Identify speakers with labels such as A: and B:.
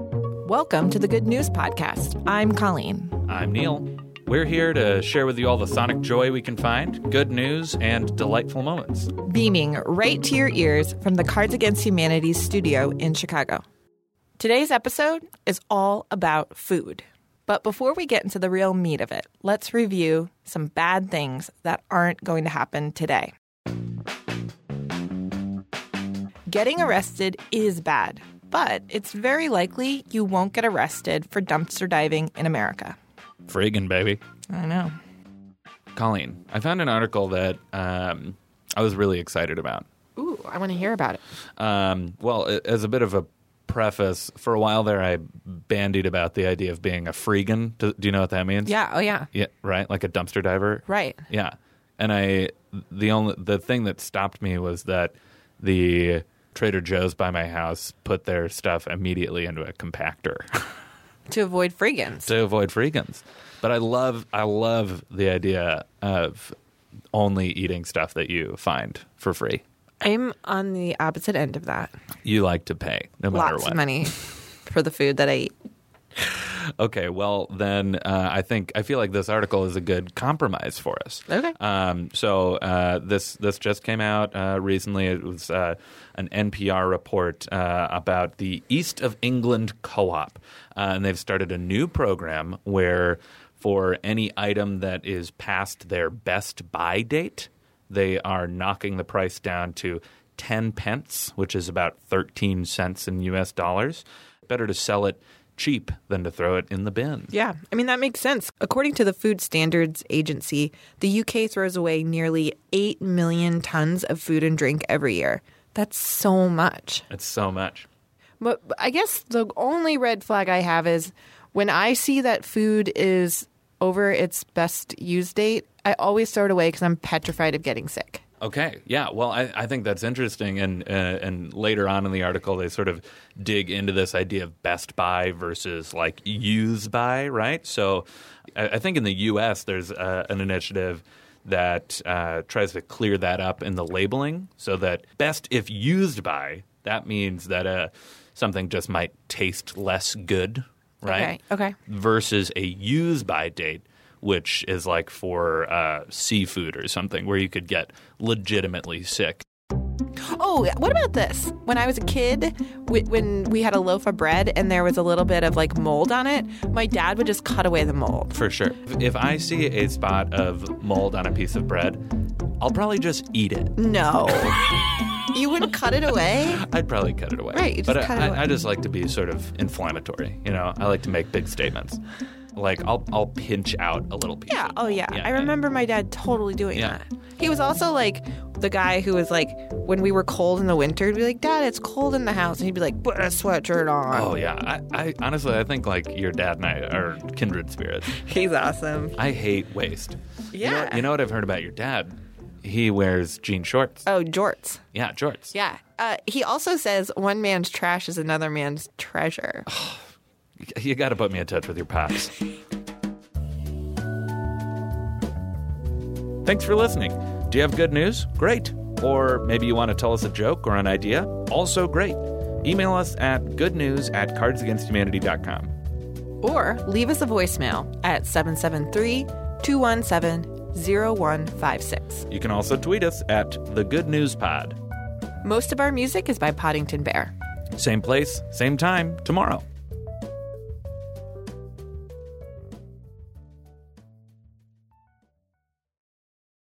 A: Welcome to the Good News Podcast. I'm Colleen.
B: I'm Neil. We're here to share with you all the sonic joy we can find, good news, and delightful moments.
A: beaming right to your ears from the Cards Against Humanity studio in Chicago. Today's episode is all about food. But before we get into the real meat of it, let's review some bad things that aren't going to happen today. Getting arrested is bad, but it's very likely you won't get arrested for dumpster diving in America.
B: Friggin' baby.
A: I know.
B: Colleen, I found an article that um, I was really excited about.
C: Ooh, I want to hear about it.
B: Um, well, a- as a bit of a preface, for a while there, I bandied about the idea of being a freegan. Do, do you know what that means?
C: Yeah. Oh, yeah.
B: Yeah, right? Like a dumpster diver?
C: Right.
B: Yeah. And I the only the thing that stopped me was that the Trader Joe's by my house put their stuff immediately into a compactor
C: To avoid freegans.
B: to avoid freegans. But I love I love the idea of only eating stuff that you find for free.
C: I'm on the opposite end of that.
B: You like to pay no matter
C: Lots
B: what.
C: of money for the food that I eat.
B: Okay, well then uh, I think I feel like this article is a good compromise for us.
C: Okay.
B: Um, so uh, this this just came out uh, recently. It was uh, an NPR report uh, about the East of England Co-op, uh, and they've started a new program where for any item that is past their best buy date, they are knocking the price down to 10 pence, which is about 13 cents in US dollars. Better to sell it cheap than to throw it in the bin.
C: Yeah. I mean, that makes sense. According to the Food Standards Agency, the UK throws away nearly 8 million tons of food and drink every year. That's so much.
B: It's so much.
C: But but I guess the only red flag I have is when I see that food is over its best use date, I always throw it away because I'm petrified of getting sick.
B: Okay. Yeah. Well, I, I think that's interesting, and uh, and later on in the article they sort of dig into this idea of best buy versus like use buy, right? So, I, I think in the U.S. there's uh, an initiative that uh, tries to clear that up in the labeling, so that best if used by that means that uh, something just might taste less good, right?
C: Okay, okay.
B: Versus a use by date, which is like for uh, seafood or something where you could get legitimately sick.
C: Oh, what about this? When I was a kid, we, when we had a loaf of bread and there was a little bit of like mold on it, my dad would just cut away the mold.
B: For sure. If I see a spot of mold on a piece of bread, I'll probably just eat it.
C: No. you wouldn't cut it away?
B: I'd probably cut it away.
C: Right, you just
B: but
C: cut it
B: I,
C: away.
B: I, I just like to be sort of inflammatory. You know, I like to make big statements. Like I'll I'll pinch out a little piece.
C: Yeah.
B: of
C: Oh,
B: mold.
C: yeah. I remember my dad totally doing
B: Yeah.
C: that. He was also like the guy who was like, when we were cold in the winter, he'd be like, Dad, it's cold in the house. And he'd be like, put a sweatshirt on.
B: Oh yeah. I, I honestly I think like your dad and I are kindred spirits.
C: He's awesome.
B: I hate waste. You know,
C: Yeah.
B: you know what I've heard about your dad? He wears jean shorts.
C: Oh, jorts.
B: Yeah, jorts.
C: Yeah. Uh, he also says, one man's trash is another man's treasure.
B: You got to put me in touch with your pops. Thanks for listening. Do you have good news? Great. Or maybe you want to tell us a joke or an idea? Also great. Email us at goodnews at cardsagainsthumanity.com.
C: or leave us a voicemail at 773 217 0156.
B: You can also tweet us at the Good News Pod.
C: Most of our music is by Poddington Bear.
B: Same place, same time, tomorrow.